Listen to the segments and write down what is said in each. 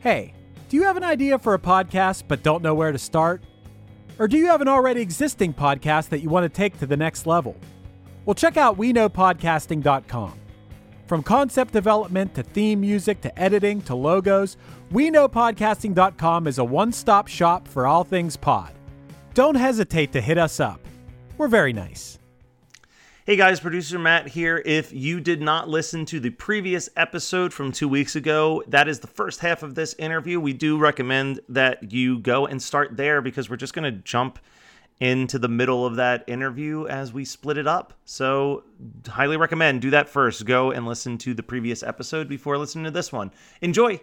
Hey, do you have an idea for a podcast but don't know where to start? Or do you have an already existing podcast that you want to take to the next level? Well, check out WeKnowPodcasting.com. From concept development to theme music to editing to logos, WeKnowPodcasting.com is a one stop shop for all things pod. Don't hesitate to hit us up. We're very nice. Hey guys, producer Matt here. If you did not listen to the previous episode from two weeks ago, that is the first half of this interview. We do recommend that you go and start there because we're just going to jump into the middle of that interview as we split it up. So, highly recommend do that first. Go and listen to the previous episode before listening to this one. Enjoy.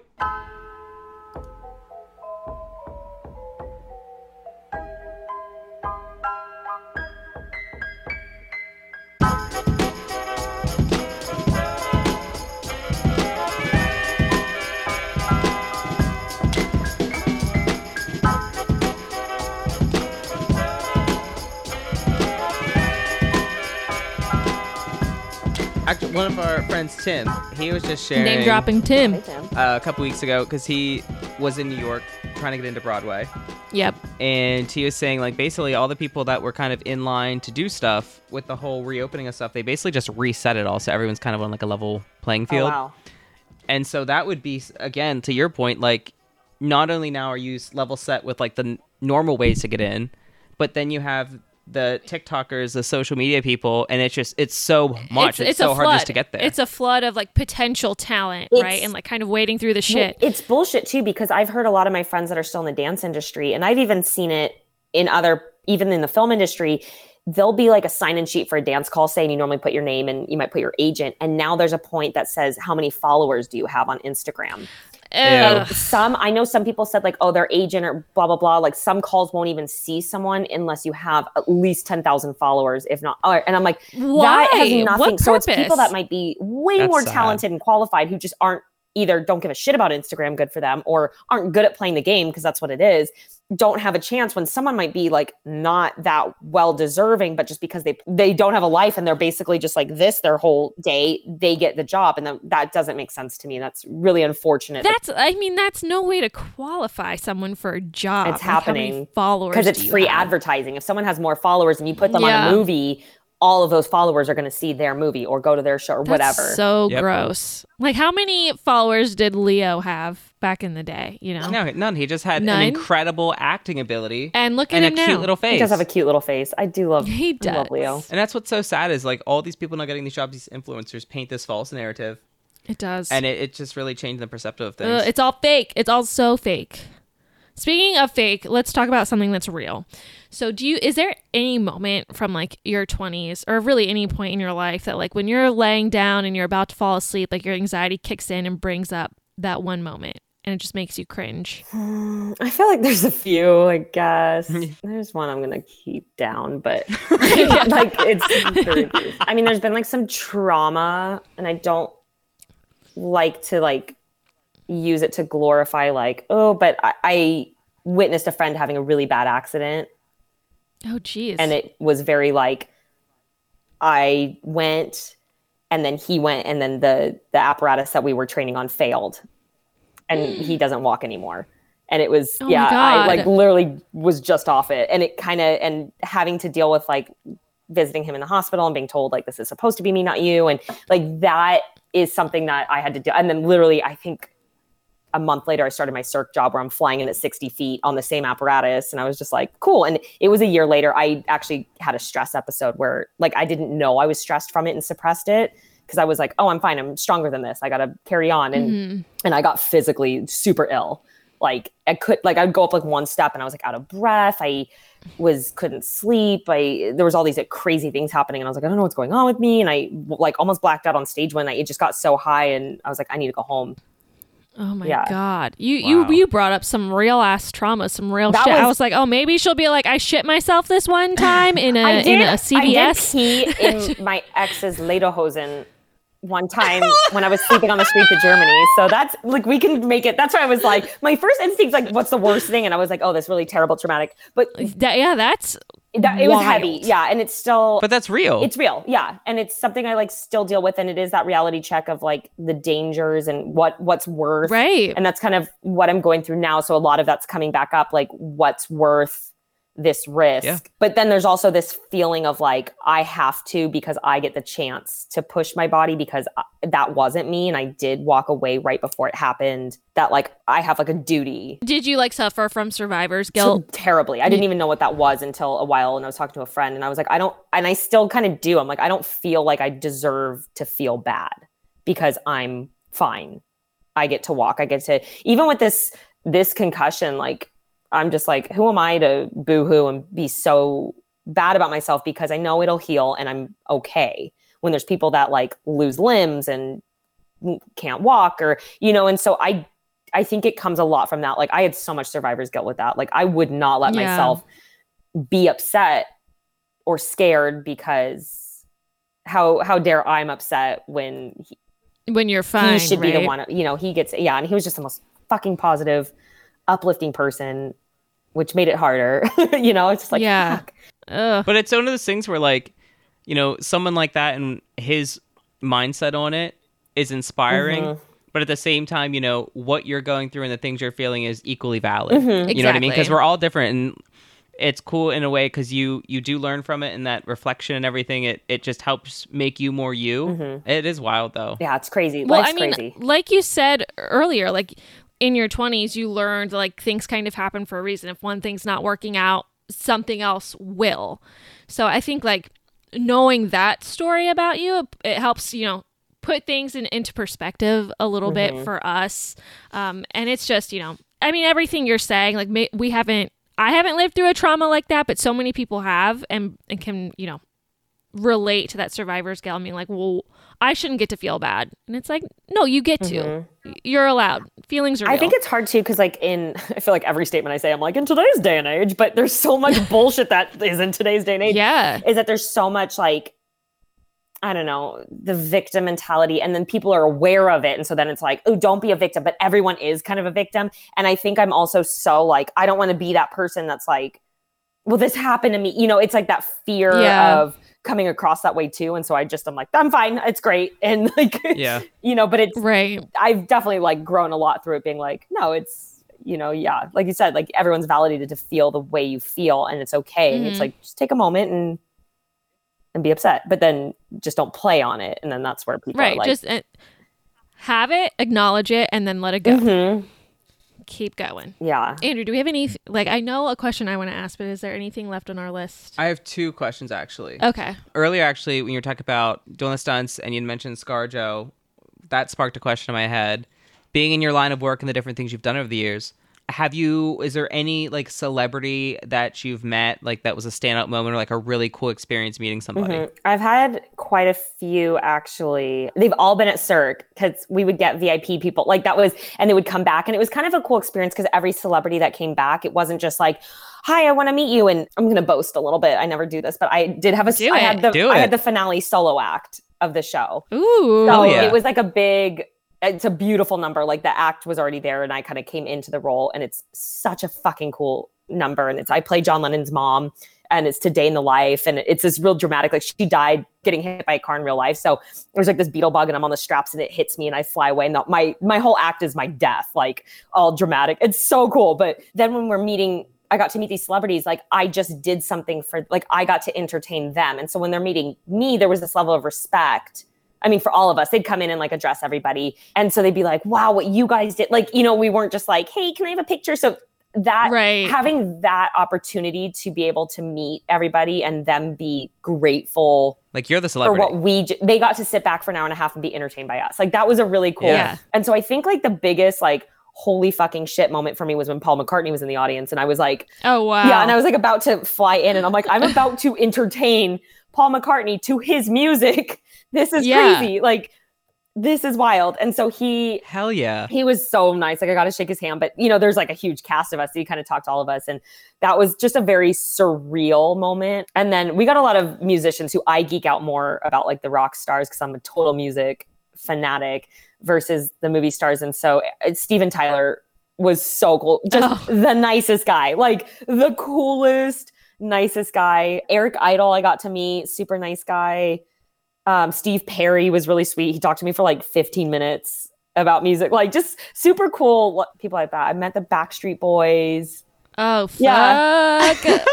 Actually, one of our friends, Tim, he was just sharing Name dropping Tim. uh, a couple weeks ago because he was in New York trying to get into Broadway, Yep. and he was saying like basically all the people that were kind of in line to do stuff with the whole reopening of stuff, they basically just reset it all, so everyone's kind of on like a level playing Oh, field. And so that would be again to your point, like not only now are you s- level set with like the n- normal ways to get in, but then you have the TikTokers, the social media people, and it's just it's so much. It's, so hard just to get there. It's a flood of like potential talent, It's- right? And like kind of wading through the shit. It's bullshit too because I've heard a lot of my friends that are still in the dance industry, and I've even seen it in other, even in the film industry. There'll be like a sign in sheet for a dance call saying you normally put your name and you might put your agent. And now there's a point that says, how many followers do you have on Instagram? Ugh. Some, I know some people said like, oh, their agent or blah, blah, blah. Like some calls won't even see someone unless you have at least 10,000 followers, if not. or- And I'm like, Why? That has nothing. What so it's people purpose? that might be way That's more sad. talented and qualified who just aren't either don't give a shit about Instagram, good for them, or aren't good at playing the game because that's what it is. Don't have a chance when someone might be like not that well deserving, but just because they they don't have a life and they're basically just like this their whole day, they get the job, and then that doesn't make sense to me. That's really unfortunate. That's. I mean, that's no way to qualify someone for a job. It's Like, how many happening followers because it's do you free have? advertising. If someone has more followers and you put them Yeah. on a movie, all of those followers are going to see their movie or go to their show or That's whatever. So Yep. gross. Like, how many followers did Leo have back in the day? You know. No, none. He just had Oh. None? an incredible acting ability And look at and a him now. cute little face. He does have a cute little face. I do love. He I love Leo. does. and that's what's so sad is like all these people not getting these jobs, these influencers paint this false narrative, It does. and it, it just really changed the perceptive of Ugh, things. Uh, it's all fake. It's all so fake. Speaking of fake, let's talk about something that's real. So, do you is there any moment from like your 20s or really any point in your life that like when you're laying down and you're about to fall asleep, like your anxiety kicks in and brings up that one moment and it just makes you cringe? I feel like there's a few, I guess. there's one I'm gonna keep down, but like it's very brief. I mean, there's been like some trauma and I don't like to like use it to glorify like, oh, but I, I witnessed a friend having a really bad accident Oh geez. and it was very like I went and then he went and then the the apparatus that we were training on failed and he doesn't walk anymore and it was Mm. Oh my yeah I like God. literally was just off it and it kind of and having to deal with like visiting him in the hospital and being told like this is supposed to be me not you and like that is something that I had to do and then literally I think a month later, I started my circ job where I'm flying in at 60 feet on the same apparatus. And I was just like, cool. And it was a year later, I actually had a stress episode where like I didn't know I was stressed from it and suppressed it because I was like, oh, I'm fine. I'm stronger than this. I got to carry on. And, Mm-hmm. and I got physically super ill. Like I could, like I'd go up like one step and I was like out of breath. I was, couldn't sleep. I, there was all these like, crazy things happening. And I was like, I don't know what's going on with me. And I like almost blacked out on stage one night. It just got so high. And I was like, I need to go home. Oh my Yeah. god. You you you brought up some real ass trauma, some real That shit. I was- was like, "Oh, maybe she'll be like I shit myself this one time Uh, in a in a CVS." I did pee in my ex's lederhosen one time when I was sleeping on the street to Germany. So that's like we can make it. That's why I was like, my first instinct's like, what's the worst thing? And I was like, oh, that's really terrible, traumatic. But That- yeah, that's that, it was heavy, Wild. yeah, and it's still. But that's real. it's real, yeah, and it's something I like still deal with, and it is that reality check of like the dangers and what what's worth, right. and that's kind of what I'm going through now. So a lot of that's coming back up, like what's worth this risk. Yeah. But then there's also this feeling of like I have to because I get the chance to push my body because I, that wasn't me and I did walk away right before it happened. That like I have like a duty. Did you like suffer from survivor's to- guilt? terribly. I didn't even know what that was until a while and I was talking to a friend and I was like I don't and I still kind of do. I'm like I don't feel like I deserve to feel bad because I'm fine. I get to walk. I get to even with this this concussion, like I'm just like, who am I to boo-hoo and be so bad about myself because I know it'll heal and I'm okay. When there's people that like lose limbs and can't walk or you know, and so I I think it comes a lot from that. Like I had so much survivor's guilt with that. Like I would not let Yeah. myself be upset or scared because how how dare I'm upset when he, when you're fine, he should be the right? one. You know, he gets yeah, and he was just the most fucking positive, uplifting person, which made it harder. you know, it's just like Yeah. fuck. Ugh. But it's one of those things where, like, you know, someone like that and his mindset on it is inspiring. But at the same time, you know, what you're going through and the things you're feeling is equally valid. You know what I mean? Because Exactly. we're all different and it's cool in a way because you you do learn from it and that reflection and everything it, it just helps make you more you It is wild though yeah, it's crazy. Well, Life's I mean, crazy. like you said earlier, like in your 20s, you learned like things kind of happen for a reason. If one thing's not working out, something else will. So I think like knowing that story about you, it, it helps, you know, put things in, into perspective a little Mm-hmm. bit for us. Um, and it's just, you know, I mean, everything you're saying, like ma- we haven't, I haven't lived through a trauma like that, but so many people have and, and can, you know, relate to that survivor's guilt. I mean, like, well, I shouldn't get to feel bad, and it's like, no, you get to. You're allowed. Feelings are. Mm-hmm. I real. think it's hard too because, like, in I feel like every statement I say, I'm like, in today's day and age, but there's so much bullshit that is in today's day and age. yeah. is that there's so much like I don't know, the victim mentality and then people are aware of it and so then it's like, oh, don't be a victim, but everyone is kind of a victim. And I think I'm also so like I don't want to be that person that's like well this happened to me. You know, it's like that fear Yeah. of coming across that way too and so I just I'm like I'm fine, it's great and like Yeah. you know, but it's Right. I've definitely like grown a lot through it being like, no, it's you know, yeah, like you said, like everyone's validated to feel the way you feel and it's okay. And Mhm. it's like just take a moment and and be upset, but then just don't play on it. And then that's where people Right. are like Just uh, have it, acknowledge it, and then let it go. Mhm. Keep going. Yeah. Andrew, do we have any? Like, I know a question I want to ask, but is there anything left on our list? i have two questions actually Okay. earlier actually when you were talking about doing the stunts and you mentioned scarjo that sparked a question in my head being in your line of work and the different things you've done over the years have you is there any like celebrity that you've met like that was a standout moment or like a really cool experience meeting somebody Mhm. I've had quite a few actually. They've all been at Cirque because we would get VIP people like that was, and they would come back, and it was kind of a cool experience because every celebrity that came back, it wasn't just like, "Hi, I want to meet you," and I'm gonna boast a little bit. I never do this, but I did have a. Do I it. had the Do I it. had the finale solo act of the show, Ooh. so yeah. it was like a big. It's a beautiful number. Like the act was already there, and I kind of came into the role, and it's such a fucking cool number. And it's I play John Lennon's mom, and it's today in the life, and it's this real dramatic. Like she died getting hit by a car in real life, so there's like this beetle bug, and I'm on the straps, and it hits me, and I fly away. And the- my my whole act is my death, like all dramatic. It's so cool. But then when we're meeting. I got to meet these celebrities. Like I just did something for, like I got to entertain them, and so when they're meeting me, there was this level of respect I mean, for all of us, they'd come in and like address everybody. And so they'd be like, wow, what you guys did. Like, you know, we weren't just like, hey, can I have a picture? So that Right. having that opportunity to be able to meet everybody and them be grateful Like you're the or celebrity. what we j- they got to sit back for an hour and a half and be entertained by us. Like that was a really cool. Yeah. And so I think like the biggest like holy fucking shit moment for me was when Paul McCartney was in the audience and I was like, Oh wow. yeah, and I was like about to fly in and I'm like I'm about to entertain Paul McCartney to his music. This is Yeah. crazy. Like this is wild. And so he Hell yeah. he was so nice. Like I got to shake his hand, but you know, there's like a huge cast of us. So he kind of talked to all of us, and that was just a very surreal moment. And then we got a lot of musicians who I geek out more about, like the rock stars, because I'm a total music fanatic versus the movie stars. And so uh, Steven Tyler was so cool, just the nicest guy, like the coolest, nicest guy. Eric Idle, I got to meet, super nice guy. Um, Steve Perry was really sweet. He talked to me for like 15 minutes about music, like just super cool lo- people like that. I met the Backstreet Boys. Oh Yeah. fuck.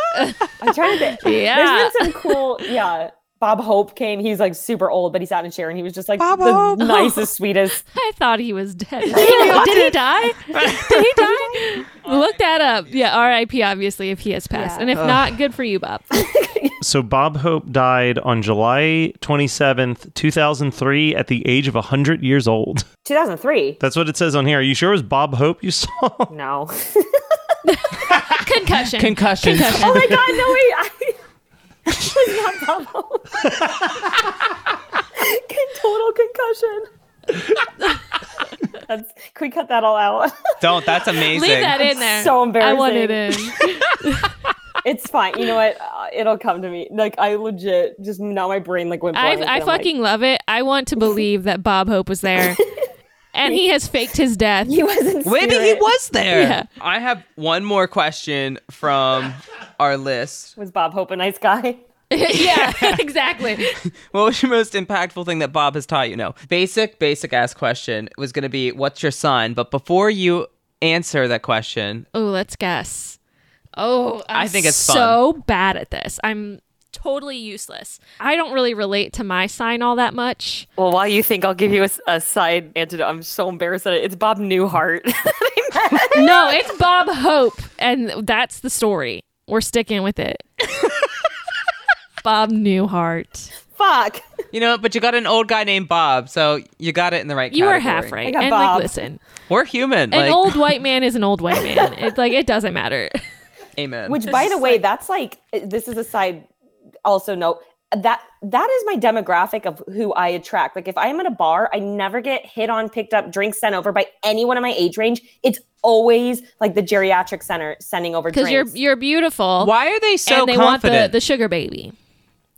I'm trying to think. Yeah. There's been some cool, yeah. Bob Hope came. He's like super old, but he sat in a chair and he was just like Bob the Hope. nicest, sweetest. I thought he was dead. Did he, did he die? Did he die? Look that up. Yeah, R.I.P. Obviously, if he has passed, Yeah. and if not, good for you, Bob. So Bob Hope died on July 27th, 2003 at the age of 100 years old. 2003. That's what it says on here. Are you sure it was Bob Hope you saw? No. Concussion. Concussions. oh my god, no wait. I, it's not Bob Hope. Con- Total concussion. That's, can we cut that all out? Don't. That's amazing. Leave that in there. so I want it in. embarrassing. It's fine. You know what? Uh, it'll come to me. Like I legit just now my brain like went. I, blank, I and I'm like, fucking love it. I want to believe that Bob Hope was there, and he has faked his death. he wasn't. Maybe he was there. Yeah. I have one more question from our list. Was Bob Hope a nice guy? yeah, exactly. What was your most impactful thing that Bob has taught you? No. Basic, basic ass question was going to be, what's your son? But before you answer that question, Oh, let's guess. Oh, I'm I think it's fun. so bad at this. I'm totally useless. I don't really relate to my sign all that much. Well, while you think, I'll give you a, a side antidote. I'm so embarrassed that it- it's Bob Newhart. no, it's Bob Hope, and that's the story. We're sticking with it. Bob Newhart. Fuck. you know, but you got an old guy named Bob, so you got it in the right You category. are half right. I got and Bob. like, listen, We're human. an like, old white man is an old white man. It's like it doesn't matter. amen. Which, by the way, that's like this is a side. Also, note that that is my demographic of who I attract. Like, if I'm at a bar, I never get hit on, picked up, drinks sent over by anyone in my age range. It's always like the geriatric center sending over Because drinks. you're you're beautiful. Why are they so and they confident? want the, the sugar baby.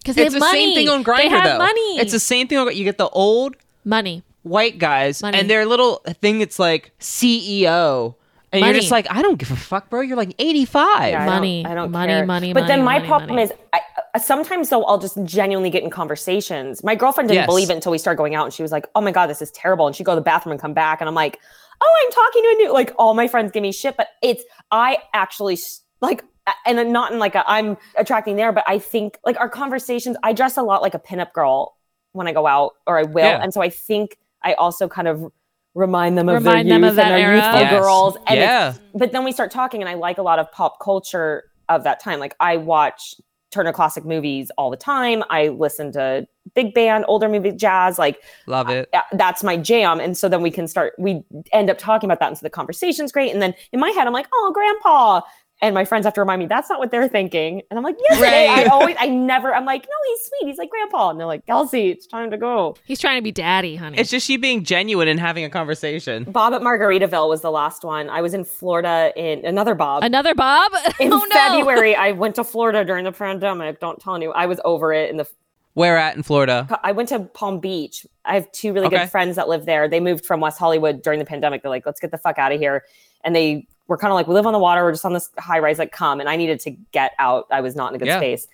Because they it's have the same money. thing on Grindr, They have though. money. It's the same thing. On, you get the old money. white guys Money. and their little thing. It's like CEO, and Money. you're just like, I don't give a fuck, bro. You're like 85. Yeah, I don't- money, I don't money, care. money, But money, then my money, problem money. is, I, uh, sometimes though, I'll just genuinely get in conversations. My girlfriend didn't Yes. believe it until we started going out, and she was like, "Oh my god, this is terrible." And she'd go to the bathroom and come back, and I'm like, "Oh, I'm talking to a new." Like all my friends give me shit, but it's I actually s- like. a- And then not in like a, I'm attracting there, but I think like our conversations. I dress a lot like a pinup girl when I go out, or I will, Yeah. and so I think I also kind of remind them of Remind their them youth of that and their era. youthful Yes. girls, and it's yeah. but then we start talking and i like a lot of pop culture of that time like i watch turner classic movies all the time i listen to big band older music jazz like Love it. uh, that's my jam and so then we can start we end up talking about that and so the conversation's great and then in my head i'm like oh grandpa and my friends have to remind me that's not what they're thinking and i'm like yes it is." Right. i always i never i'm like no he's sweet he's like grandpa and they're like kelsey it's time to go He's trying to be daddy, honey. It's just you being genuine and having a conversation. bob at margaritaville was the last one i was in florida in another bob Another Bob? in oh, no. February, I went to Florida during the pandemic. Don't tell anyone. I was over it. In the, Where at in Florida? I went to Palm Beach. I have two really Okay. good friends that live there. They moved from West Hollywood during the pandemic. They're like, let's get the fuck out of here. And they were kind of like, we live on the water. We're just on this high rise. Like, come. And I needed to get out. I was not in a good Yeah. space.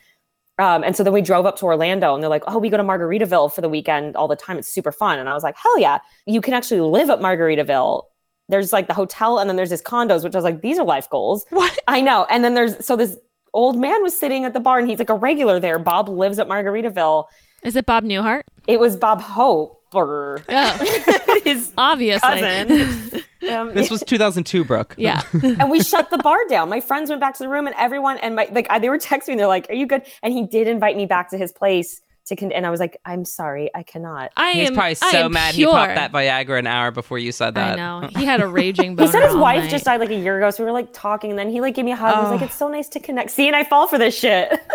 Um, and so then we drove up to Orlando and they're like, oh, we go to Margaritaville for the weekend all the time. It's super fun. And I was like, hell yeah. You can actually live at Margaritaville. There's like the hotel and then there's this condos, which I was like, these are life goals. What? I know. And then there's so this old man was sitting at the bar and he's like a regular there. Bob lives at Margaritaville. Is it Bob Newhart? it was Bob Hope or Oh, his obviously. cousin. Um, This was 2002, Brooke. Yeah. and we shut the bar down. My friends went back to the room, and everyone and my like I, they were texting me. They're like, "Are you good?" And he did invite me back to his place to con- and I was like, "I'm sorry, I cannot." I He's am probably I so am mad pure. he popped that Viagra an hour before you said I that. know. He had a raging He boner. said his all wife night. just died like a year ago, so we were like talking, and then he like gave me a hug. He was like, "It's so nice to connect." See, and I fall for this shit.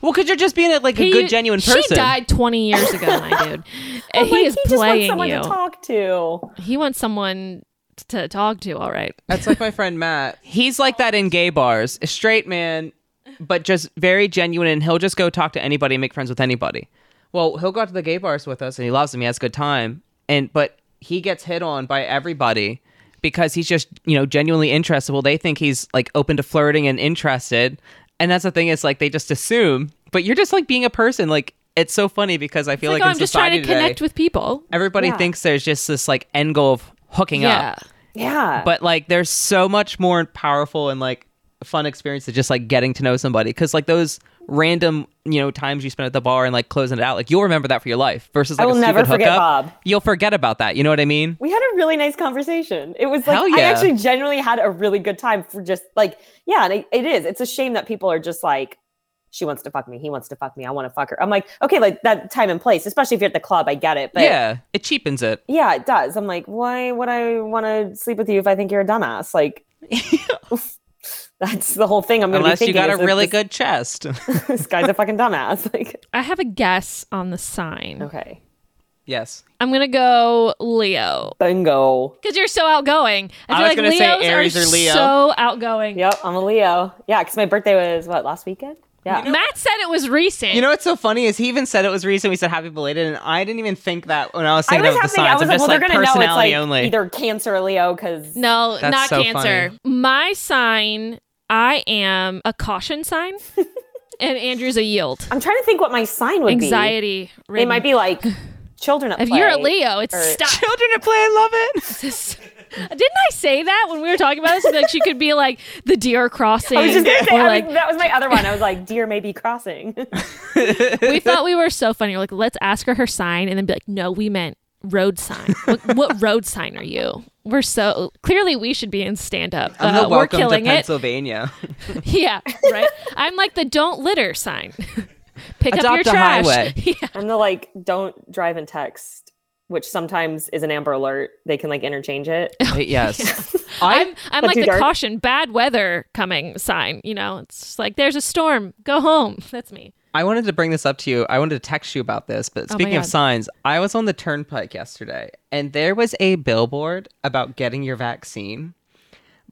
Well, because you're just being a, like a He- good, genuine person. She died 20 years ago, my dude. And he Oh, Like, is he just wants playing someone you. to talk to. He wants someone to talk to, all right. That's like my friend Matt. He's like that in gay bars. A straight man, but just very genuine, and he'll just go talk to anybody and make friends with anybody. Well, he'll go out to the gay bars with us, and he loves them. He has a good time, and but he gets hit on by everybody because he's just you know genuinely interested. Well, they think he's like open to flirting and interested, and that's the thing is like they just assume. But you're just like being a person. Like it's so funny because I feel Like, like, oh, in I'm just trying society to connect today, with people. everybody thinks there's just this like end goal of hooking Yeah. up Yeah, but like there's so much more powerful and like fun experience than just like getting to know somebody because like those random you know times you spend at the bar and like closing it out like you'll remember that for your life versus I like a will never stupid forget hookup Bob. you'll forget about that you know what i mean we had a really nice conversation. It was like Hell I yeah. actually genuinely had a really good time for just like yeah, and it, it is. It's a shame that people are just like she wants to fuck me, he wants to fuck me, I want to fuck her. I'm like okay, like that time and place, especially if you're at the club, I get it. But yeah it cheapens it yeah, it does. I'm like, why would I want to sleep with you if I think you're a dumbass? Like. oof. That's the whole thing. I'm gonna unless be you thinking got a is that really this, good chest this guy's a fucking dumbass. Like, I have a guess on the sign. okay, yes I'm going to go Leo. bingo. Because you're so outgoing. I, I feel was like gonna Leos say Aries are or Leo. so outgoing. Yep, I'm a Leo. Yeah, because my birthday was what last weekend. Yeah, Matt said it was recent. you know what's so funny is he even said it was recent we said happy belated and i didn't even think that when i was I thinking was about the signs having. I was am like, just well, they're like gonna know it's personality like only either Cancer or Leo because no, That's not so cancer. My sign, I am a caution sign, and Andrew's a yield. I'm trying to think what my sign would Anxiety. be. It might be like children at If play. you're a Leo, it's or- stop. children at play i love it Didn't I say that when we were talking about this? Like she could be like the deer crossing. I was just gonna say or, I was- like that was my other one. I was like, deer may be crossing. we thought we were so funny. We're like, let's ask her her sign, and then be like, no, we meant road sign. what, what road sign are you? We're so clearly we should be in stand up. i'm the we're welcome to killing it. pennsylvania Yeah, right. I'm like the don't litter sign. Pick up your Adopt a trash. highway. Yeah. I'm the like, don't drive and text, which sometimes is an Amber Alert. They can like interchange it. yes I'm I'm like too the dark. caution, bad weather coming sign. You know, it's just like there's a storm. Go home. That's me. I wanted to bring this up to you. I wanted to text you about this, but my Oh speaking of God. signs, I was on the turnpike yesterday and there was a billboard about getting your vaccine.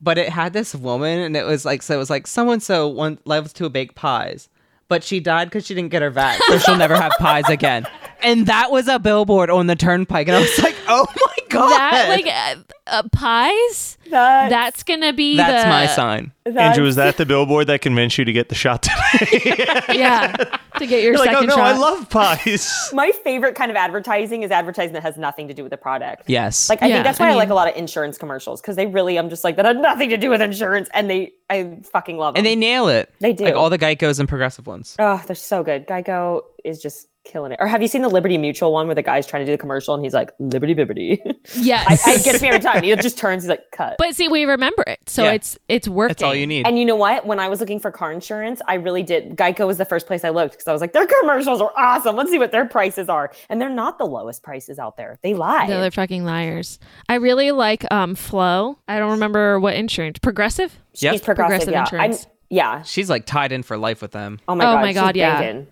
But it had this woman and it was like so it was like so and so one loves to bake pies, but she died because she didn't get her vax, so she'll never have pies again. And that was a billboard on the turnpike, and I was like, "Oh my god, That like uh, uh, pies. That, That's gonna be that's the, my sign." Andrew, was that the billboard that convinced you to get the shot today? Yeah, to get your You're like, second oh no, shot. I love pies. my favorite kind of advertising is advertising that has nothing to do with the product. Yes, Like I Yeah, think that's I why I, like mean- a lot of insurance commercials because they really I'm just like that had nothing to do with insurance and they I fucking love them. and they nail it. They do. like all the Geico's and Progressive ones. oh they're so good. Geico is just killing it. Or have you seen the Liberty Mutual one where the guy's trying to do the commercial and he's like Liberty Bibbity? I, yes. I get me every time. He just turns. He's like cut. but see, we remember it, so Yeah. it's it's working. That's all you need. and you know what? When I was looking for car insurance, I really did. Geico was the first place I looked because I was like, their commercials are awesome. Let's see what their prices are. And they're not the lowest prices out there. They lie. No, they're fucking liars. I really like um Flow. I don't remember what insurance. Progressive. Yep. She's progressive. Progressive yeah. I'm- insurance. yeah. She's like tied in for life with them. Oh my Oh god. my she's God, yeah. banking.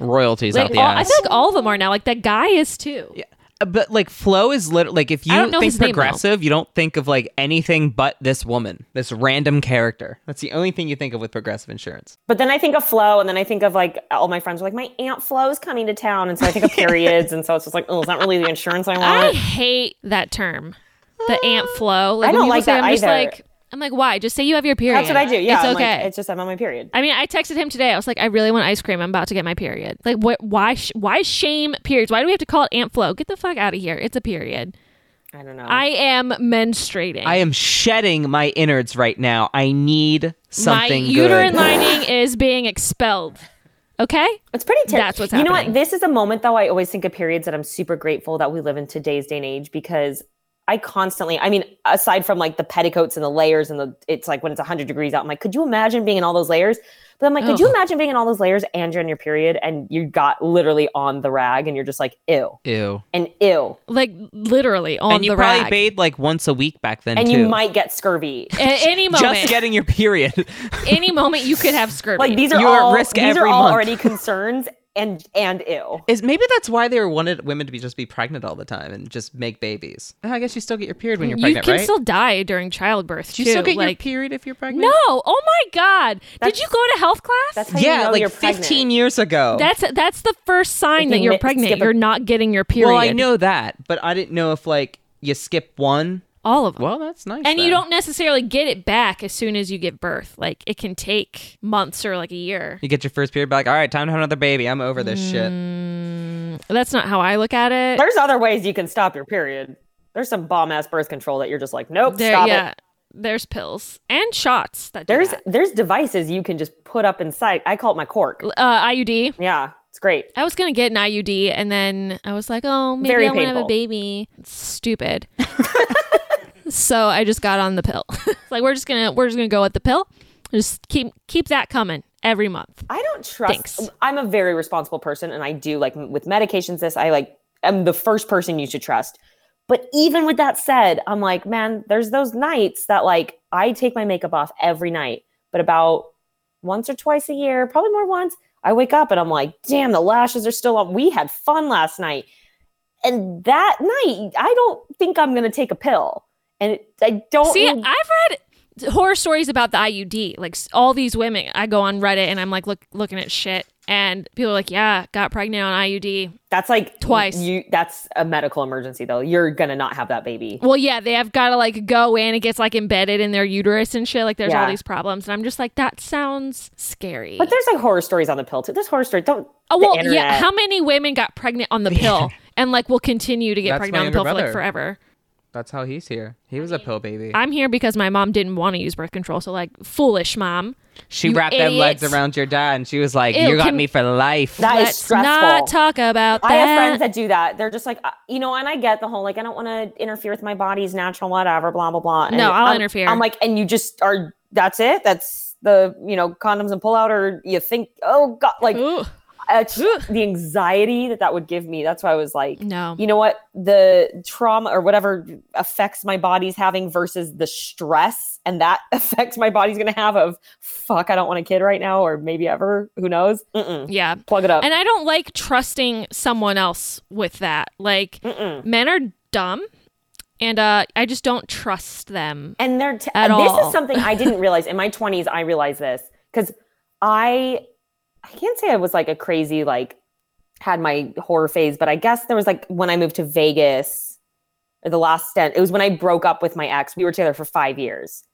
Royalties Like, out the all, I ass. feel like all of them are now. Like that guy is too. Uh, but like flow is literally like if you don't know think his name, though. progressive you don't think of like anything but this woman this random character that's the only thing you think of with progressive insurance But then I think of flow, and then I think of like all my friends were like, my aunt Flo's coming to town, and so I think of periods, and so it's just like, oh, it's not really the insurance I I Uh, want. hate that term, the ant flow. Like, uh, I when don't people like say, that I'm just either. like, I'm like, why? Just say you have your period. That's what I do. Yeah, it's I'm like, okay. it's just I'm on my period. I mean, I texted him today. I was like, I really want ice cream. I'm about to get my period. Like, what? Why? Sh- why shame periods? Why do we have to call it ant flow? Get the fuck out of here. It's a period. I don't know. I am menstruating. i am shedding my innards right now i need my something uterine good. lining is being expelled. Okay? It's pretty terrible. That's what's You know happening. what? This is a moment though. I always think of periods that I'm super grateful that we live in today's day and age because I constantly, I mean, aside from like the petticoats and the layers and the, it's like when it's 100 degrees out, I'm like, could you imagine being in all those layers? But I'm like, could you Ugh. imagine being in all those layers and you're in your period and you got literally on the rag and you're just like, ew Ew. and ew. Like literally on and you the probably rag. bathed like once a week back then And too. you might get scurvy. At any moment, Just getting your period. any moment you could have scurvy. Like these are You're at all, risk these are every all month. already concerns and, and ew. Is maybe that's why they wanted women to be just be pregnant all the time and just make babies. Oh, I guess you still get your period when you're you pregnant, can right? still die during childbirth Do too. you still get your like, period if you're pregnant? no, oh my god! Did That's- you go to health class? That's That's how you Yeah, know like you're 15 pregnant. years ago. that's, the first sign If that you you're mi- pregnant. skip a- You're not getting your period. well, I know that, but I didn't know if like you skip one. all of them. Well, that's nice. and you then. don't necessarily get it back as soon as you give birth. Like it can take months or like a year. You get your first period, be like, all right, time to have another baby. I'm over this shit. Mm. That's not how I look at it. There's other ways you can stop your period. There's some bomb ass birth control that you're just like, nope, There- stop yeah, it. there's pills and shots that do There's that. there's devices you can just put up inside. I call it my cork. uh, IUD. Yeah, it's great. I was gonna get an IUD, and then I was like, "Oh, maybe Very I want to have a painful. baby." It's stupid. so I just got on the pill. It's like we're just gonna we're just gonna go with the pill. Just keep keep that coming every month. I don't trust. Thanks. I'm a very responsible person, and I do like with medications. This I like. am the first person you should trust. But even with that said, I'm like, man, there's those nights that like I take my makeup off every night, but about once or twice a year, probably more once, I wake up and I'm like, damn, the lashes are still on. We had fun last night. And that night, I don't think I'm going to take a pill. And it, I don't See, need- I've read horror stories about the IUD. Like s- all these women, I go on Reddit and I'm like look looking at shit, and people are like, "Yeah, got pregnant on IUD." that's like Twice. You that's a medical emergency though. You're going to not have that baby. Well, yeah, they have got to like go in. It gets like embedded in their uterus and shit. Like there's all Yeah. these problems, and I'm just like, that sounds scary. But there's like horror stories on the pill too. There's horror stories. Don't. Oh the well, internet. yeah. How many women got pregnant on the pill and like will continue to That's get my pregnant on the pill younger for like brother. forever? That's how he's here. He was a pill baby. I'm here because my mom didn't want to use birth control, so like foolish mom. she you wrapped them legs idiot. around your dad, and she was like, Ew, "You got can- me for life." That is Let's stressful. not talk about that. I have friends that do that. They're just like, uh, you know, and I get the whole like, I don't want to interfere with my body's natural whatever, blah blah blah. And No, I'll I'm- interfere. I'm like, and you just are. That's it. That's the you know condoms and pull out, or you think, oh god, like Ooh, uh, t- the anxiety that that would give me. That's why I was like, no. you know what, the trauma or whatever affects my body's having versus the stress and that affects my body's gonna have of fuck, I don't want a kid right now, or maybe ever. Who knows? Mm-mm. yeah. Plug it up. And I don't like trusting someone else with that. Like Mm-mm. men are dumb and uh I just don't trust them. And they're t- At this all. is something I didn't realize in my 20s. I realized this because I I can't say I was like a crazy like had my horror phase, but I guess there was like when I moved to Vegas or the last stint. It was when I broke up with my ex. We were together for five years,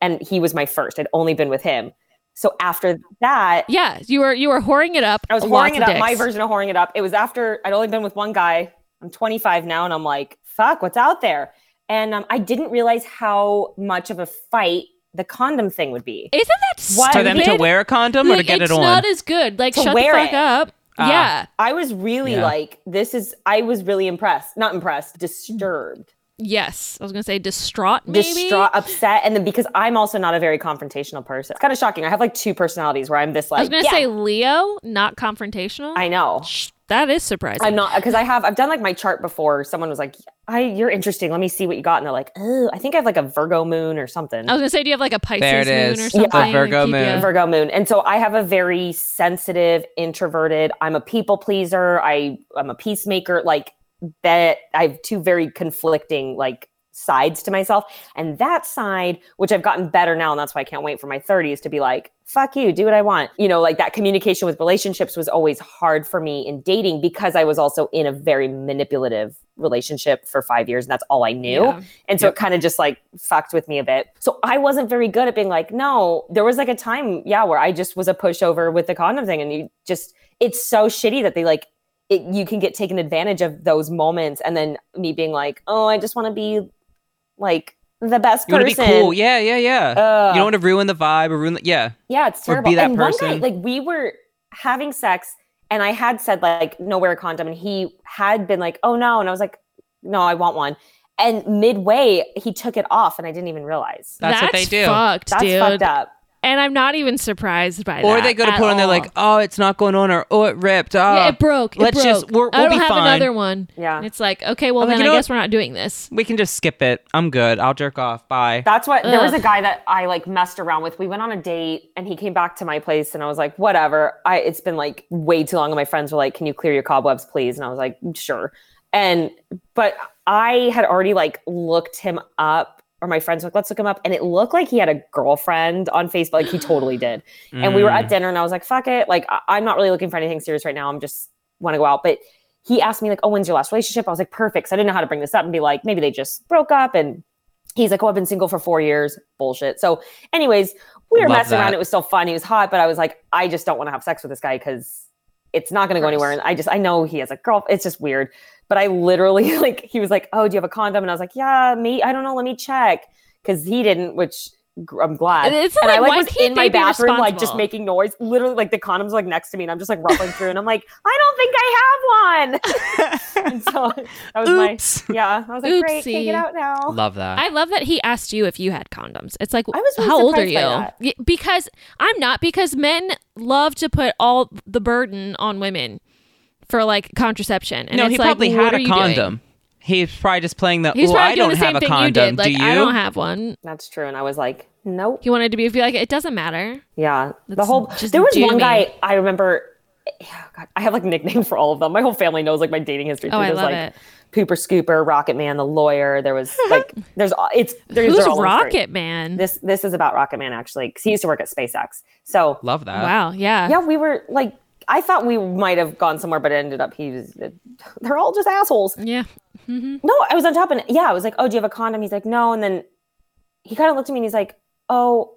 and he was my first. I'd only been with him. So after that, Yeah, you were you were whoring it up. I was lots whoring of it up. My dicks. version of whoring it up. It was after I'd only been with one guy. I'm 25 now, and I'm like, fuck, what's out there? And um, I didn't realize how much of a fight the condom thing would be. Isn't that What? stupid? for them to wear a condom or to Like, get it's it on. not as good. Like To shut the wear fuck it. up. Ah. yeah. I was really Yeah. like, this is. I was really impressed, not impressed, disturbed, Yes, I was gonna say distraught, maybe. distraught, upset, and then because I'm also not a very confrontational person. It's kind of shocking. I have like two personalities where I'm this I like. was gonna "Yeah, say Leo, not confrontational. I know. Sh- that is surprising. I'm not because I have I've done like my chart before. Someone was like, "I, you're interesting. Let me see what you got," and they're like, "Oh, I think I have like a Virgo moon or something." I was gonna say, do you have like a Pisces There it is. moon or The something? that Virgo keep moon. you- Virgo moon. And so I have a very sensitive, introverted, I'm a people pleaser, I I'm a peacemaker, like that I have two very conflicting like sides to myself. And that side, which I've gotten better now, and that's why I can't wait for my 30s to be like, fuck you, do what I want. You know, like that communication with relationships was always hard for me in dating because I was also in a very manipulative relationship for five years and that's all I knew. Yeah. And so it kind of just like fucked with me a bit. So I wasn't very good at being like, no, there was like a time, yeah, where I just was a pushover with the condom thing. And you just, it's so shitty that they like, it, you can get taken advantage of those moments. And then me being like, oh, I just want to be like the best you want to be person. cool, yeah, yeah, yeah. Ugh. you don't want to ruin the vibe or ruin. The- yeah, Yeah, it's Or terrible. be that and person. one guy, like we were having sex and I had said like no wear a condom and he had been like, "Oh no." And I was like, "No, I want one." And midway, he took it off and I didn't even realize. That's what they do. Fucked, That's dude. fucked up. And I'm not even surprised by that. Or they go to at put on, they're all. like, oh, it's not going on, or oh, it ripped. Oh, yeah, it broke. It let's just- broke. we're- I we'll don't be have fine." another one. Yeah. And it's like, okay, well I'm like, you then know I what? guess we're not doing this. We can just skip it. I'm good. I'll jerk off. Bye. That's what there was Ugh. a guy that I like messed around with. We went on a date and he came back to my place and I was like, whatever. I it's been like way too long. And my friends were like, Can you clear your cobwebs, please? And I was like, sure. And but I had already like looked him up, or my friends were like, let's look him up. And it looked like he had a girlfriend on Facebook. Like he totally did. And we were Mm. at dinner and I was like, fuck it. Like I- I'm not really looking for anything serious right now. I'm just wanna go out. But he asked me like, "Oh, when's your last relationship?" I was like, "Perfect." So I didn't know how to bring this up and be like, maybe they just broke up. And he's like, "Oh, I've been single for four years." Bullshit. So, anyways, we were Love messing around. that. It was still fun. He was hot, but I was like, I just don't want to have sex with this guy because it's not going to go anywhere. And I just, I know he has a girl. It's just weird. But I literally like, he was like, "Oh, do you have a condom?" And I was like, "Yeah, me. I don't know. Let me check." Because he didn't, which gr- I'm glad. And it's and I like, like why was can't in they my be bathroom, like just responsible? making noise. Literally, like the condoms were, like next to me, and I'm just like ruffling through, and I'm like, I don't think I have one. and so that was my yeah. I was like, great, take Oopsie. it out now. Love that. I love that he asked you if you had condoms. It's like, I was really how old are surprised you? by that. Y- Because I'm not, because men love to put all the burden on women for like contraception. And no, it's he like, probably what had are a you doing? condom. He's probably just playing the. He was "Ooh, probably I doing don't the same have a thing condom. you did. Like, Do you? I don't have one. That's true. And I was like, nope. He wanted to be, be like, it doesn't matter. Yeah. The Let's whole just there was do one me. guy I remember. yeah, God, I have like nicknames for all of them. My whole family knows like my dating history. Oh, I There's, love it. like, Pooper Scooper, Rocket Man, the lawyer. There was like, there's all- it's there's Who's they're all in the story. Rocket Man? This this is about Rocket Man actually, because he used to work at SpaceX. So Love that. wow, yeah. yeah, we were like, I thought we might have gone somewhere, but it ended up he was. They're all just assholes. Yeah. No, I was on top, and yeah, I was like, oh, do you have a condom? He's like, no, and then he kind of looked at me and he's like, oh,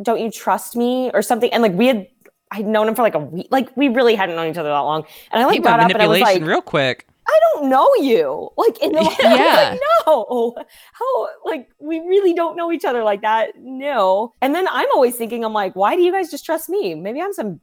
don't you trust me or something? And like we had, I'd known him for like a week, like we really hadn't known each other that long, and I like He went got up and I was manipulation like, real quick. I don't know you, like in the Yeah. I was like, no, how like we really don't know each other like that, no. And then I'm always thinking, I'm like, why do you guys just trust me? Maybe I'm some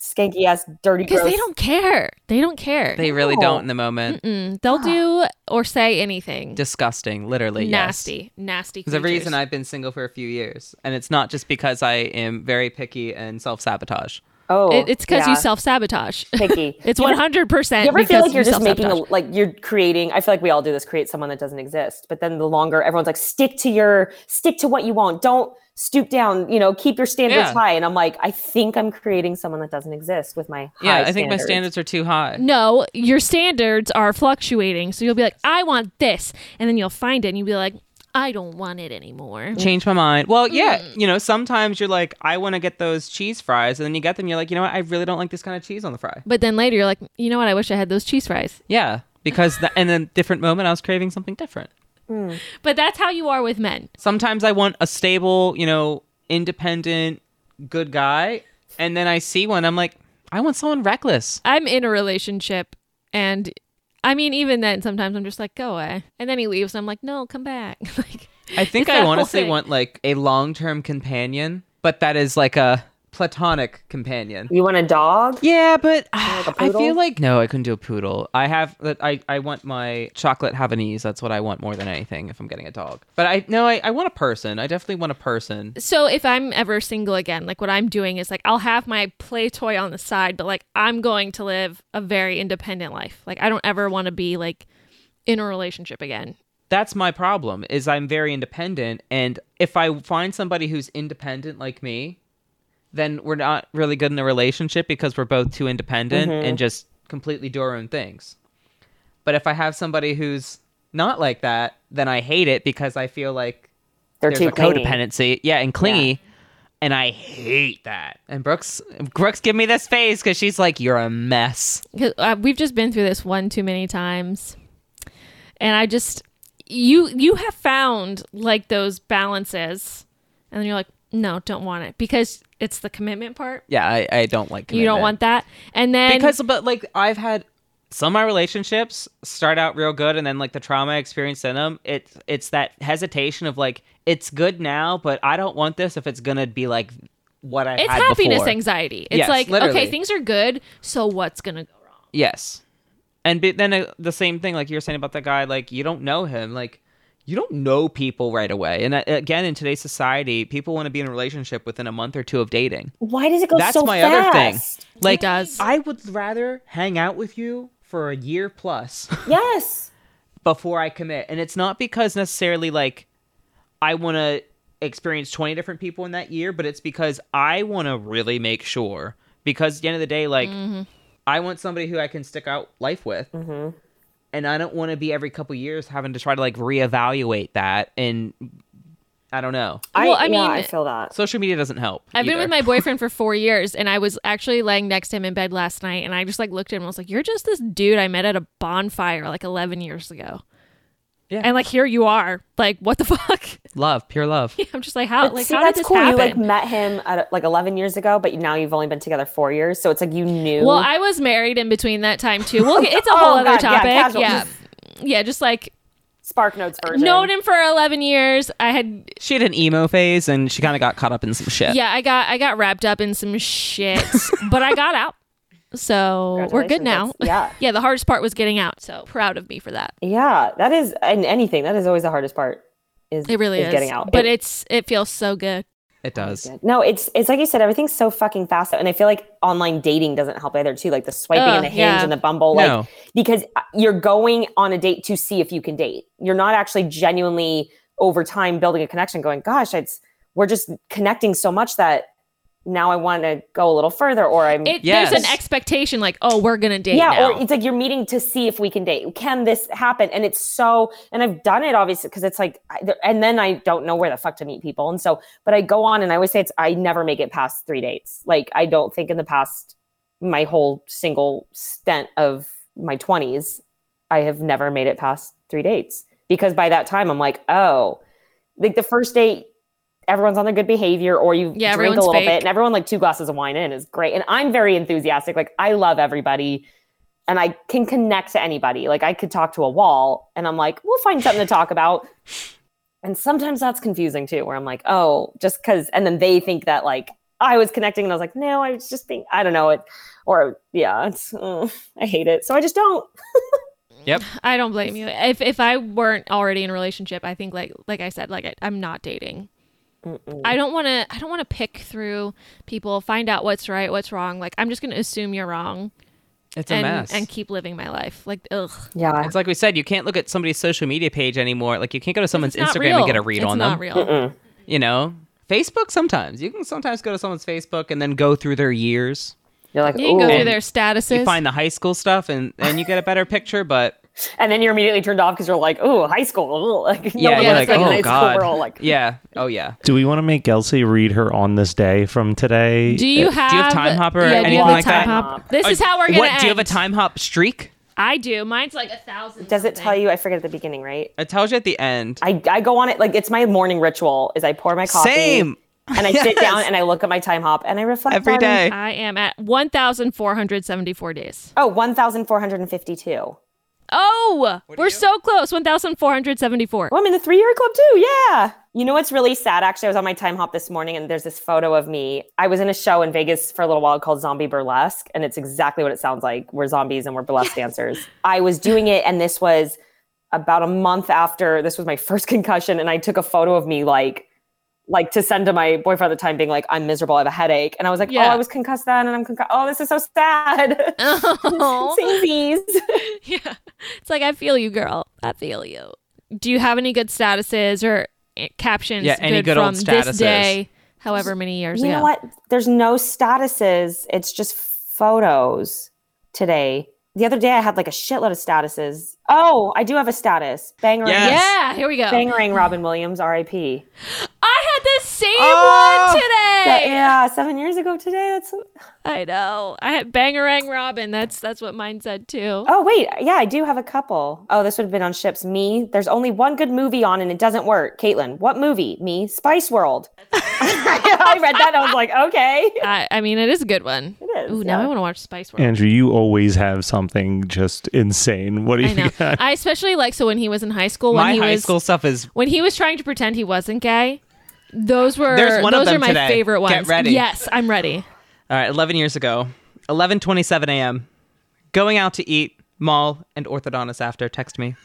skanky ass dirty. Because they gross- don't care. They don't care. They really No. don't in the moment. Mm-mm. They'll do or say anything. Disgusting. Literally. nasty, Yes. nasty. There's a reason creatures. I've been single for a few years, and it's not just because I am very picky and self sabotage. Oh, It- it's because yeah, you self sabotage. picky. It's You know- one hundred percent. You ever feel like you're just making a, like you're creating? I feel like we all do this. Create someone that doesn't exist. But then the longer everyone's like, stick to your, stick to what you want. Don't stoop down. You know, keep your standards Yeah. high. And I'm like, I think I'm creating someone that doesn't exist with my Yeah, high I think my standards are too high. No, your standards are fluctuating. So you'll be like, I want this, and then you'll find it, and you'll be like, I don't want it anymore. Mm-hmm. change my mind. Well, yeah, Mm-hmm. you know, sometimes you're like, I want to get those cheese fries, and then you get them, you're like, you know what, I really don't like this kind of cheese on the fry. But then later you're like, you know what? I wish I had those cheese fries. Yeah, because the, and then different moment, I was craving something different. But that's how you are with men. Sometimes I want a stable, you know, independent, good guy, and then I see one, I'm like, I want someone reckless. I'm in a relationship, and I mean, even then, sometimes I'm just like, go away. And then he leaves, and I'm like, no, come back. like, I think it's that I whole honestly thing. want like a long term companion, but that is like a platonic companion. You want a dog? Yeah, but like a I feel poodle? like no, I couldn't do a poodle. I have that. I I want my chocolate Havanese. That's what I want more than anything. If I'm getting a dog, but I no, I, I want a person. I definitely want a person. So if I'm ever single again, like what I'm doing is like I'll have my play toy on the side, but like I'm going to live a very independent life. Like I don't ever want to be like in a relationship again. That's my problem. Is I'm very independent, and if I find somebody who's independent like me, then we're not really good in a relationship because we're both too independent Mm-hmm. and just completely do our own things. But if I have somebody who's not like that, then I hate it because I feel like They're there's too a clingy. codependency. Yeah, and clingy. And I hate that. And Brooks, Brooks, give me this face because she's like, "You're a mess." 'Cause, uh, we've just been through this one too many times, and I just you you have found like those balances, and then you're like, no, don't want it because it's the commitment part. Yeah, I, I don't like. You don't commitment. want that, and then because, but like, I've had some of my relationships start out real good, and then like the trauma I experienced in them, it it's that hesitation of like, it's good now, but I don't want this if it's gonna be like what I It's had happiness before. anxiety. It's Yes, like, literally. okay, things are good, so what's going to go wrong? Yes. And be, then uh, the same thing, like you were saying about that guy, like you don't know him, like you don't know people right away. And uh, again, in today's society, people want to be in a relationship within a month or two of dating. Why does it go That's so my fast? other thing. Like, does. I would rather hang out with you for a year plus Yes. before I commit. And it's not because necessarily like I want to experience 20 different people in that year, but it's because I want to really make sure. Because at the end of the day, like, Mm-hmm. I want somebody who I can stick out life with. And I don't want to be every couple years having to try to like reevaluate that. And I don't know. Well, I I, yeah, mean- I feel that. Social media doesn't help. I've been either. with my boyfriend for four years, and I was actually laying next to him in bed last night, and I just like looked at him and was like, "You're just this dude I met at a bonfire like 11 years ago." Yeah. And like here you are, like what the fuck? love, pure love. I'm just like how But like see, how did that's this cool. You like happen? met him at like 11 years ago, but now you've only been together four years, so it's like you knew. well, I was married in between that time too. Well, it's a whole Oh, other God, yeah, topic. casual. yeah, yeah, just like Spark Notes version. known him for 11 years. I had She had an emo phase and she kind of got caught up in some shit. yeah, I got I got wrapped up in some shit, but I got out. So we're good now. Congratulations, that's- yeah, the hardest part was getting out. So proud of me for that. yeah, that is, and anything that is always the hardest part. Is It really is, getting out, but It- it's it feels so good. It does. no, it's it's like you said, everything's so fucking fast, and I feel like online dating doesn't help either too, like the swiping Ugh, and the hinge yeah. and the Bumble, like No. because uh, you're going on a date to see if you can date. You're not actually genuinely over time building a connection. Going, gosh, it's we're just connecting so much that now I want to go a little further, or I'm It there's an Yes. expectation like, oh, we're gonna date yeah, now. or it's like you're meeting to see if we can date. Can this happen? And it's so, and I've done it obviously because it's like, I, there- and then I don't know where the fuck to meet people, and so, but I go on and I always say it's I never make it past three dates. Like I don't think in the past my whole single stint of my twenties, I have never made it past three dates because by that time I'm like, oh, like the first date. Everyone's on their good behavior, or you Yeah, drink everyone's a little fake. bit, and everyone like two glasses of wine in is great. And I'm very enthusiastic; like I love everybody and I can connect to anybody. Like I could talk to a wall and I'm like, we'll find something to talk about. And sometimes that's confusing too, where I'm like, oh, just because, and then they think that like I was connecting and I was like, no, I was just think I don't know it. Or yeah, it's, mm, I hate it. So I just don't. I don't blame you. If if I weren't already in a relationship, I think like like I said, like I, I'm not dating. I don't want to. I don't want to pick through people, find out what's right, what's wrong. Like I'm just gonna assume you're wrong It's a and mess. and keep living my life. Like ugh, Yeah. It's like we said, you can't look at somebody's social media page anymore. Like you can't go to someone's It's not Instagram real. and get a read it's on not them. real. You know, Facebook sometimes you can sometimes go to someone's Facebook and then go through their years. You're like, You can go "Ooh." through their statuses. You find the high school stuff and and you get a better picture. But and then you're immediately turned off because you're like, oh, high school. Ooh. Like, no yeah, one you're looks like, like, oh an high god, school girl. Like, yeah, oh yeah. Do we want to make Elsie read her on this day from today? do you have have Time Hopper or yeah, do you anything have a like time that? hop? This is how we're gonna what do you have a end. time hop streak? I do. Mine's like a thousand. does it something. tell you? I forget at the beginning, right? It tells you at the end. I, I go on it like it's my morning ritual is I pour my coffee. Same. and I sit down and I look at my time hop and I reflect Every on- day. I am at 1,474 days. Oh, 1,452. Oh, we're so close. 1,474. Well, I'm in the three year club too. Yeah. You know what's really sad? Actually, I was on my time hop this morning and there's this photo of me. I was in a show in Vegas for a little while called Zombie Burlesque, and it's exactly what it sounds like. We're zombies and we're burlesque dancers. I was doing it, and this was about a month after this was my first concussion, and I took a photo of me like like to send to my boyfriend at the time being like, I'm miserable, I have a headache. And I was like, Yeah. Oh, I was concussed then and I'm concussed. Oh, this is so sad. Oh. Singsies. yeah. It's like, I feel you, girl. I feel you. Do you have any good statuses or eh, captions? Yeah, any good from old This statuses. day, however many years You ago. know what? There's no statuses. It's just photos today. The other day I had like a shitload of statuses. Oh, I do have a status. Bangering. Yes. Yeah, Ah, here we go. Bangering Robin Williams, RIP. I had the same Oh! one That- today. yeah, seven years ago today. That's I know. I had Bangarang Robin. That's that's what mine said too. oh wait, yeah, I do have a couple. Oh, this would have been on ships. Me, there's only one good movie on and it doesn't work. Caitlin, what movie? Me, Spice World. I read that and I was like, okay. I, I mean, it is a good one. It is, Ooh, now yeah. I want to watch Spice World. Andrew, you always have something just insane. What do I you know. got? I especially like so when he was in high school when My he high was school stuff is when he was trying to pretend he wasn't gay. Those were There's one of those them are my today. favorite ones. Get ready. Yes, I'm ready. All right, 11 years ago, 11:27 a.m. Going out to eat, mall, and orthodontist after. Text me.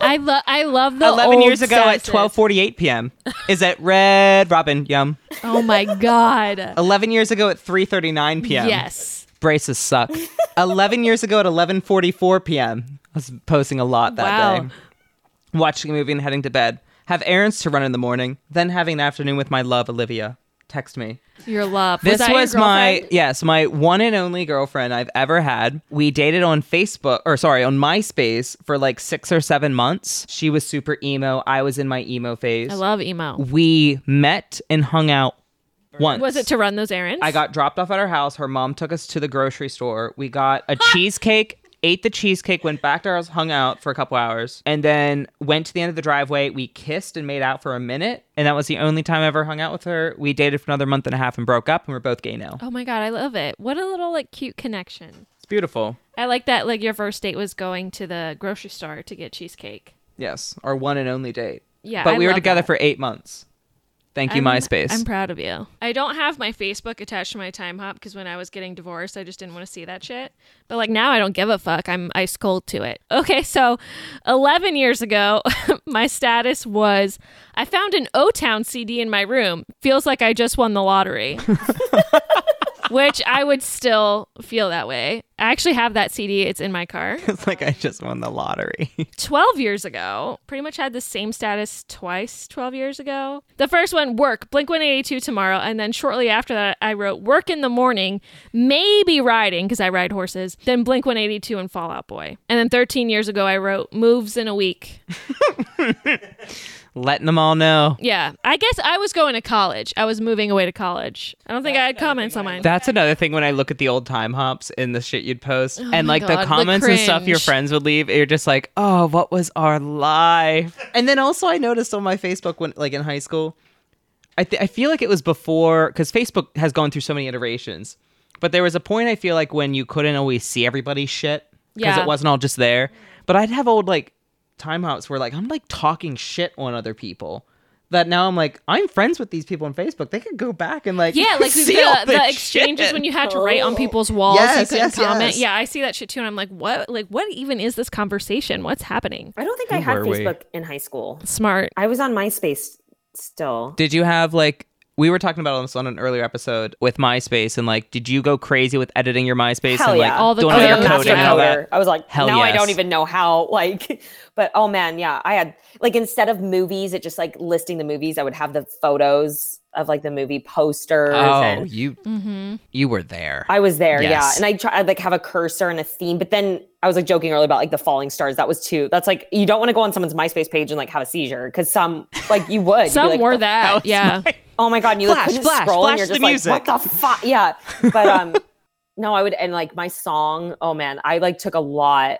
I love I love the 11 old years ago statuses. at 12:48 p.m. is at Red Robin. Yum. Oh my god. 11 years ago at 3:39 p.m. Yes. Braces suck. 11 years ago at 11:44 p.m. I was posting a lot that Wow. day. Watching a movie and heading to bed. Have errands to run in the morning, then having an afternoon with my love Olivia. Text me. Your love. This that was, your my e- girlfriend? yes, my one and only girlfriend I've ever had. We dated on Facebook or sorry, on MySpace for like 6 or 7 months. She was super emo, I was in my emo phase. I love emo. we met and hung out once. Was it to run those errands? I got dropped off at her house. Her mom took us to the grocery store. We got a cheesecake, ate the cheesecake, went back to our house, hung out for a couple hours, and then went to the end of the driveway. We kissed and made out for a minute, and that was the only time I ever hung out with her. We dated for another month and a half and broke up, and we're both gay now. Oh my god, I love it. What a little like cute connection. It's beautiful. I like that like your first date was going to the grocery store to get cheesecake. Yes, our one and only date. Yeah, but I we were love together that. for eight months. Thank you, I'm- MySpace. I'm proud of you. I don't have my Facebook attached to my time hop because when I was getting divorced, I just didn't want to see that shit. But like now, I don't give a fuck. I'm I scold to it. Okay, so 11 years ago, my status was I found an O Town CD in my room. Feels like I just won the lottery. Which I would still feel that way. I actually have that CD. It's in my car. it's like I just won the lottery. 12 years ago. Pretty much had the same status twice 12 years ago. The first one, work, Blink 182 tomorrow. And then shortly after that, I wrote work in the morning, maybe riding, because I ride horses, then Blink 182 and Fallout Boy. And then 13 years ago, I wrote moves in a week. Letting them all know. Yeah, I guess I was going to college. I was moving away to college. I don't think I had comments on mine. That's another thing when I look at the old time hops and the shit you'd post and Oh my like God, the the comments and stuff your cringe. friends would leave, you're just like, oh, what was our life? And then also I noticed on my Facebook when like in high school, I th- I feel like it was before because Facebook has gone through so many iterations, but there was a point I feel like when you couldn't always see everybody's shit because Yeah. it wasn't all just there. But I'd have old like time hops where like I'm like talking shit on other people. That now I'm like I'm friends with these people on Facebook. They could go back and like Yeah, like the, see all the, this the exchanges shit. when you had to write on people's walls, Oh. Yes, you yes, couldn't comment. yes. Yeah, I see that shit too, and I'm like, what? Like, what even is this conversation? What's happening? I don't think I had were we? Facebook in high school. Smart. I was on MySpace still. Did you have like we were talking about this on an earlier episode with MySpace and like did you go crazy with editing your MySpace Hell and like yeah. All the doing I all was a your code master coding and all that? coder. I was like, Hell now I yes. don't even know how. Like, but oh man, yeah, I had like instead of movies, it just like listing the movies. I would have the photos of like the movie posters. Oh, and you Mm-hmm. you were there. I was there, yeah. Yes. And I tried I'd like have a cursor and a theme, but then I was like joking earlier about like the falling stars. That was too. That's like you don't want to go on someone's MySpace page and like have a seizure because some like you would. You'd be Some like, were "Oh, that, yeah. Oh my god, and you like Flash, couldn't flash, scroll and flash you're the just like, what music. the fuck? Yeah. But um no, I would and like my song, oh man, I like took a lot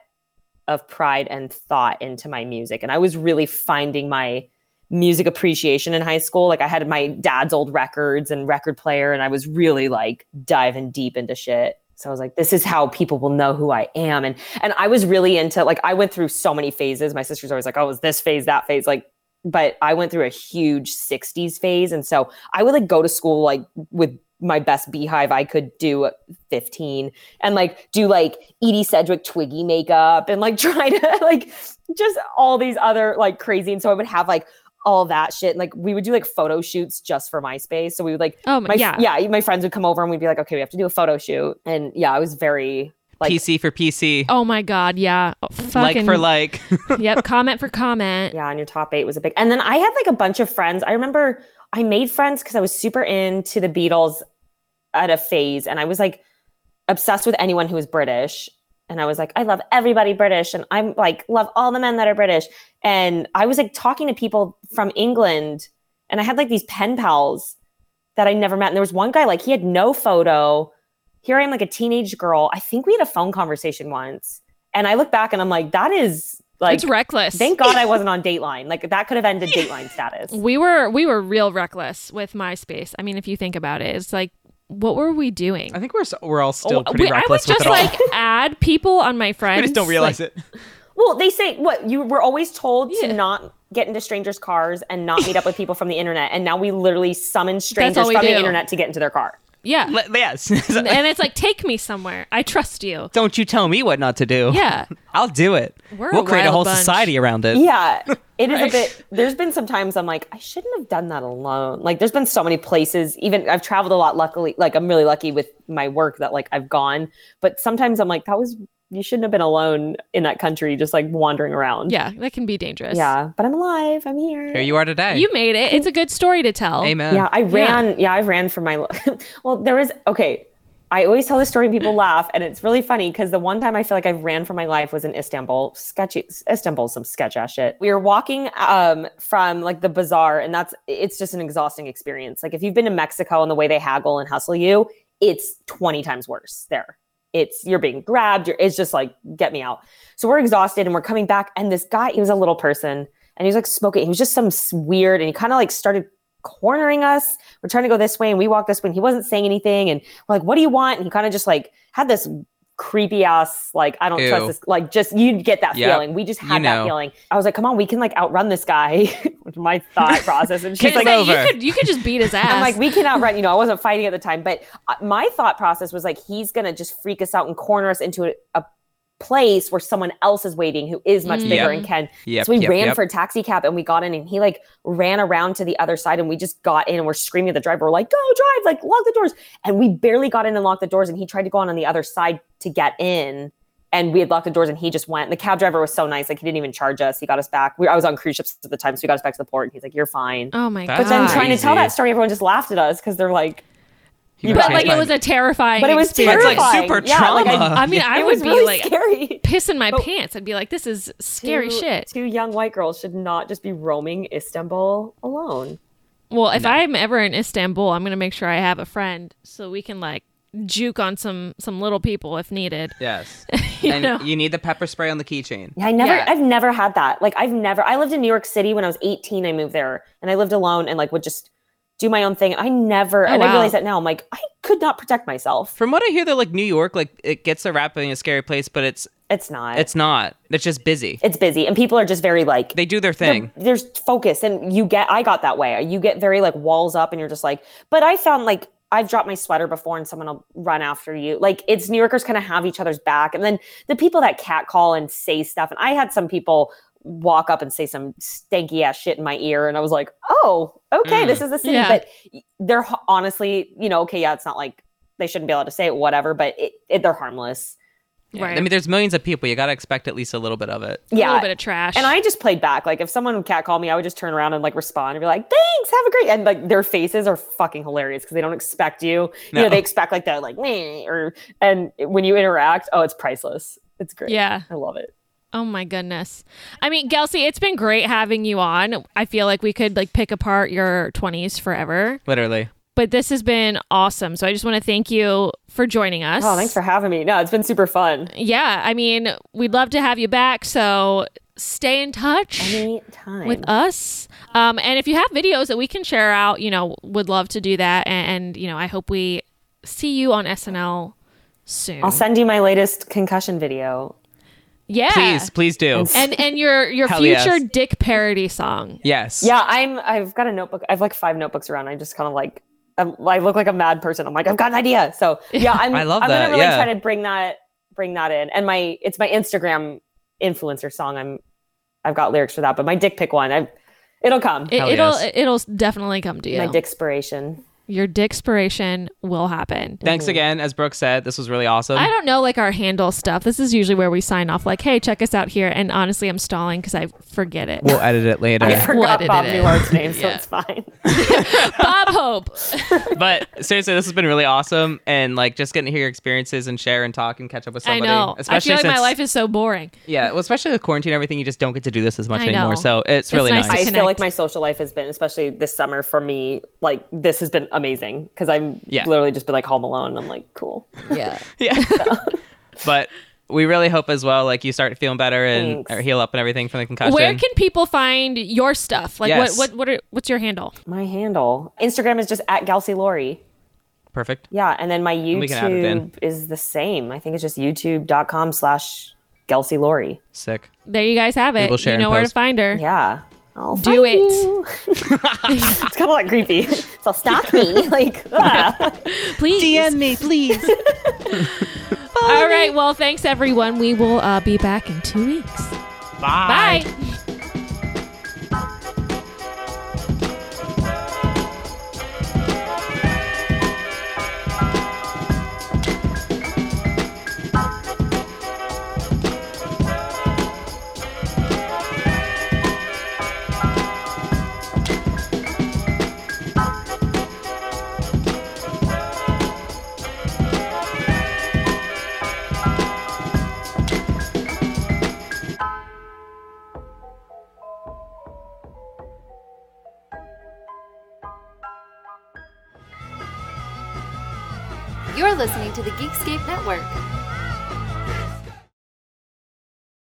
of pride and thought into my music. And I was really finding my music appreciation in high school. Like I had my dad's old records and record player, and I was really like diving deep into shit. So I was like, this is how people will know who I am. And and I was really into like I went through so many phases. My sister's always like, oh, it was this phase, that phase. Like but I went through a huge 60s phase. And so I would like go to school like with my best beehive I could do at 15 and like do like Edie Sedgwick Twiggy makeup and like try to like just all these other like crazy. And so I would have like all that shit. And like we would do like photo shoots just for MySpace. So we would like, Oh my, my, yeah. yeah, my friends would come over and we'd be like, okay, we have to do a photo shoot. And yeah, I was very like, PC for PC, Oh my god, yeah. Oh, like fucking, for like. yep, comment for comment. Yeah, and your top eight was a big. And then I had like a bunch of friends. I remember I made friends because I was super into the Beatles at a phase, and I was like obsessed with anyone who was British. And I was like, I love everybody British, and I'm like, love all the men that are British. And I was like talking to people from England, and I had like these pen pals that I never met. And there was one guy like he had no photo. Here I am, like a teenage girl. I think we had a phone conversation once, and I look back and I'm like, that is like it's reckless. Thank God I wasn't on Dateline. Like that could have ended Dateline status. we were we were real reckless with MySpace. I mean, if you think about it, it's like what were we doing? I think we're s- we're all still Oh, pretty we- I would reckless with it just all. like add people on my we friends. just don't realize it. Well, they say what you were always told Yeah. to not get into strangers' cars and not meet up with people from the internet. And now we literally summon strangers all we from the do. internet to get into their car. Yeah. Le- yes. and it's like, take me somewhere. I trust you. Don't you tell me what not to do. Yeah. I'll do it. We're we'll a create a wild whole bunch. society around it. Yeah, it is a bit. There's been some times I'm like, I shouldn't have done that alone. Like, there's been so many places. Even I've traveled a lot. Luckily, like I'm really lucky with my work that like I've gone. But sometimes I'm like, that was you shouldn't have been alone in that country, just like wandering around. Yeah, that can be dangerous. yeah. But I'm alive. I'm here. Here you are today. You made it. It's a good story to tell. Amen. Yeah, I ran. Yeah, I ran for my. li- well, there was okay. I always tell this story and people laugh, and it's really funny because the one time I feel like I ran for my life was in Istanbul. Sketchy Istanbul, some sketch ass shit. We were walking um, from like the bazaar, and that's it's just an exhausting experience. Like if you've been to Mexico and the way they haggle and hustle you, it's twenty times worse there. It's you're being grabbed. You're, it's just like get me out. So we're exhausted and we're coming back. And this guy, he was a little person and he was like smoking. He was just some s- weird and he kind of like started cornering us. We're trying to go this way and we walk this way and he wasn't saying anything. And we're like, what do you want? And he kind of just like had this creepy ass, like, I don't Ew. trust this. Like, just you get that Yep. feeling. We just You had that know. feeling. I was like, come on, we can like outrun this guy. Which my thought process. And she's It's like, like, over. You could, you could just beat his ass. I'm like, we cannot run. You know, I wasn't fighting at the time, but uh, my thought process was like, he's gonna just freak us out and corner us into a, a place where someone else is waiting who is much Mm. bigger Yep. and can. Yep, so we yep, ran yep. for a taxi cab and we got in, and he like ran around to the other side, and we just got in and we're screaming at the driver, we're like, go drive, like lock the doors, and we barely got in and locked the doors, and he tried to go on on the other side to get in. And we had locked the doors, and he just went. And the cab driver was so nice; like he didn't even charge us. He got us back. We, I was on cruise ships at the time, so he got us back to the port. And he's like, "You're fine." oh my god. But But then Ah, trying to tell easy. that story, everyone just laughed at us because they're like, You but got like it changed was by- a terrifying. but it was experience. That's like terrifying. super uh, yeah, Like trauma. I, I mean, I it would was be really like scary. Oh. pissing my pants. I'd be like, this is scary Two- shit. Two young white girls should not just be roaming Istanbul alone. Well, if I'm ever in Istanbul, I'm gonna make sure I have a friend so we can like juke on some some little people if needed. Yes. You and know? you need the pepper spray on the keychain. Yeah, I never, Yeah. I've never had that. Like, I've never. I lived in New York City when I was 18. I moved there, and I lived alone, and like would just do my own thing. And I never, Oh, and I wow. realize that now. I'm like, I could not protect myself. From what I hear, though, like New York, like it gets a rap being a scary place, but it's It's not. it's not. It's just busy. it's busy, and people are just very like They do their thing. there's focus and you get i got that way you get very like walls up and you're just like but i found like i've dropped my sweater before and someone will run after you like it's new yorkers kind of have each other's back and then the people that catcall and say stuff and i had some people walk up and say some stanky ass shit in my ear and i was like oh okay Mm. this is the city Yeah. but y- they're ho- honestly you know okay yeah it's not like they shouldn't be allowed to say it whatever but it, it, they're harmless Right. I mean, there's millions of people. You got to expect at least a little bit of it. a yeah little bit of trash. and I just played back. Like if someone would cat call me, I would just turn around and like respond and be like, "Thanks, have a great." And like their faces are fucking hilarious because they don't expect you. You No. know, they expect like that, like me, or and when you interact, oh, it's priceless. It's great. yeah. I love it. Oh my goodness. I mean, Kelsey, it's been great having you on. I feel like we could like pick apart your 20s forever, Literally. but this has been awesome. So I just want to thank you for joining us. Oh, thanks for having me. No, it's been super fun. Yeah, I mean, we'd love to have you back. So stay in touch. Oh, Anytime. with us. Um, and if you have videos that we can share out, you know, would love to do that. And, and you know, I hope we see you on SNL soon. I'll send you my latest concussion video. Yeah. Please, please do. And and your your Hell yes. future dick parody song. Yes. Yeah, I'm. I've got a notebook. I've like five notebooks around. I just kind of like. I'm, I look like a mad person. I'm like, I've got an idea. So yeah, I'm. I love I'm that, gonna really yeah. try to bring that bring that in. And my it's my Instagram influencer song. I'm. I've got lyrics for that, but my dick pic one. I. It'll come. It, Hell it'll yes. it'll definitely come to you. My dick spiration. Your dickspiration will happen. Thanks again. As Brooke said, this was really awesome. I don't know like our handle stuff. This is usually where we sign off like, "Hey, check us out here." And honestly, I'm stalling cuz I forget it. We'll edit it later. I forgot Flooded Bob it in. Newhart's name, so Yeah. it's fine. Bob Hope. but seriously, this has been really awesome, and like just getting to hear your experiences and share and talk and catch up with I somebody. know. I Especially feel like since, my life is so boring. yeah, well, especially with quarantine and everything, you just don't get to do this as much I know. anymore. So it's, It's really nice. nice to I connect. feel like my social life has been, especially this summer for me, like this has been amazing because I'm Yeah. literally just been like home alone. I'm like, cool. Yeah. yeah. but we really hope as well, like you start feeling better and Thanks. or heal up and everything from the concussion. Where can people find your stuff? Like Yes. what what what are, what's your handle? My handle Instagram is just at Galsy Laurie. Perfect. Yeah, and then my We can add it in. YouTube is the same. I think it's just youtube.com slash Gelsey Laurie. Sick. There you guys have it. will share you and know where to post. find her. Yeah. I'll Do fight it. you. it's kind of like creepy. So stop me. Like, ah. Please DM me, please. All right. Well, thanks everyone. We will uh, be back in two weeks. Bye. Bye. You're listening to the Geekscape Network.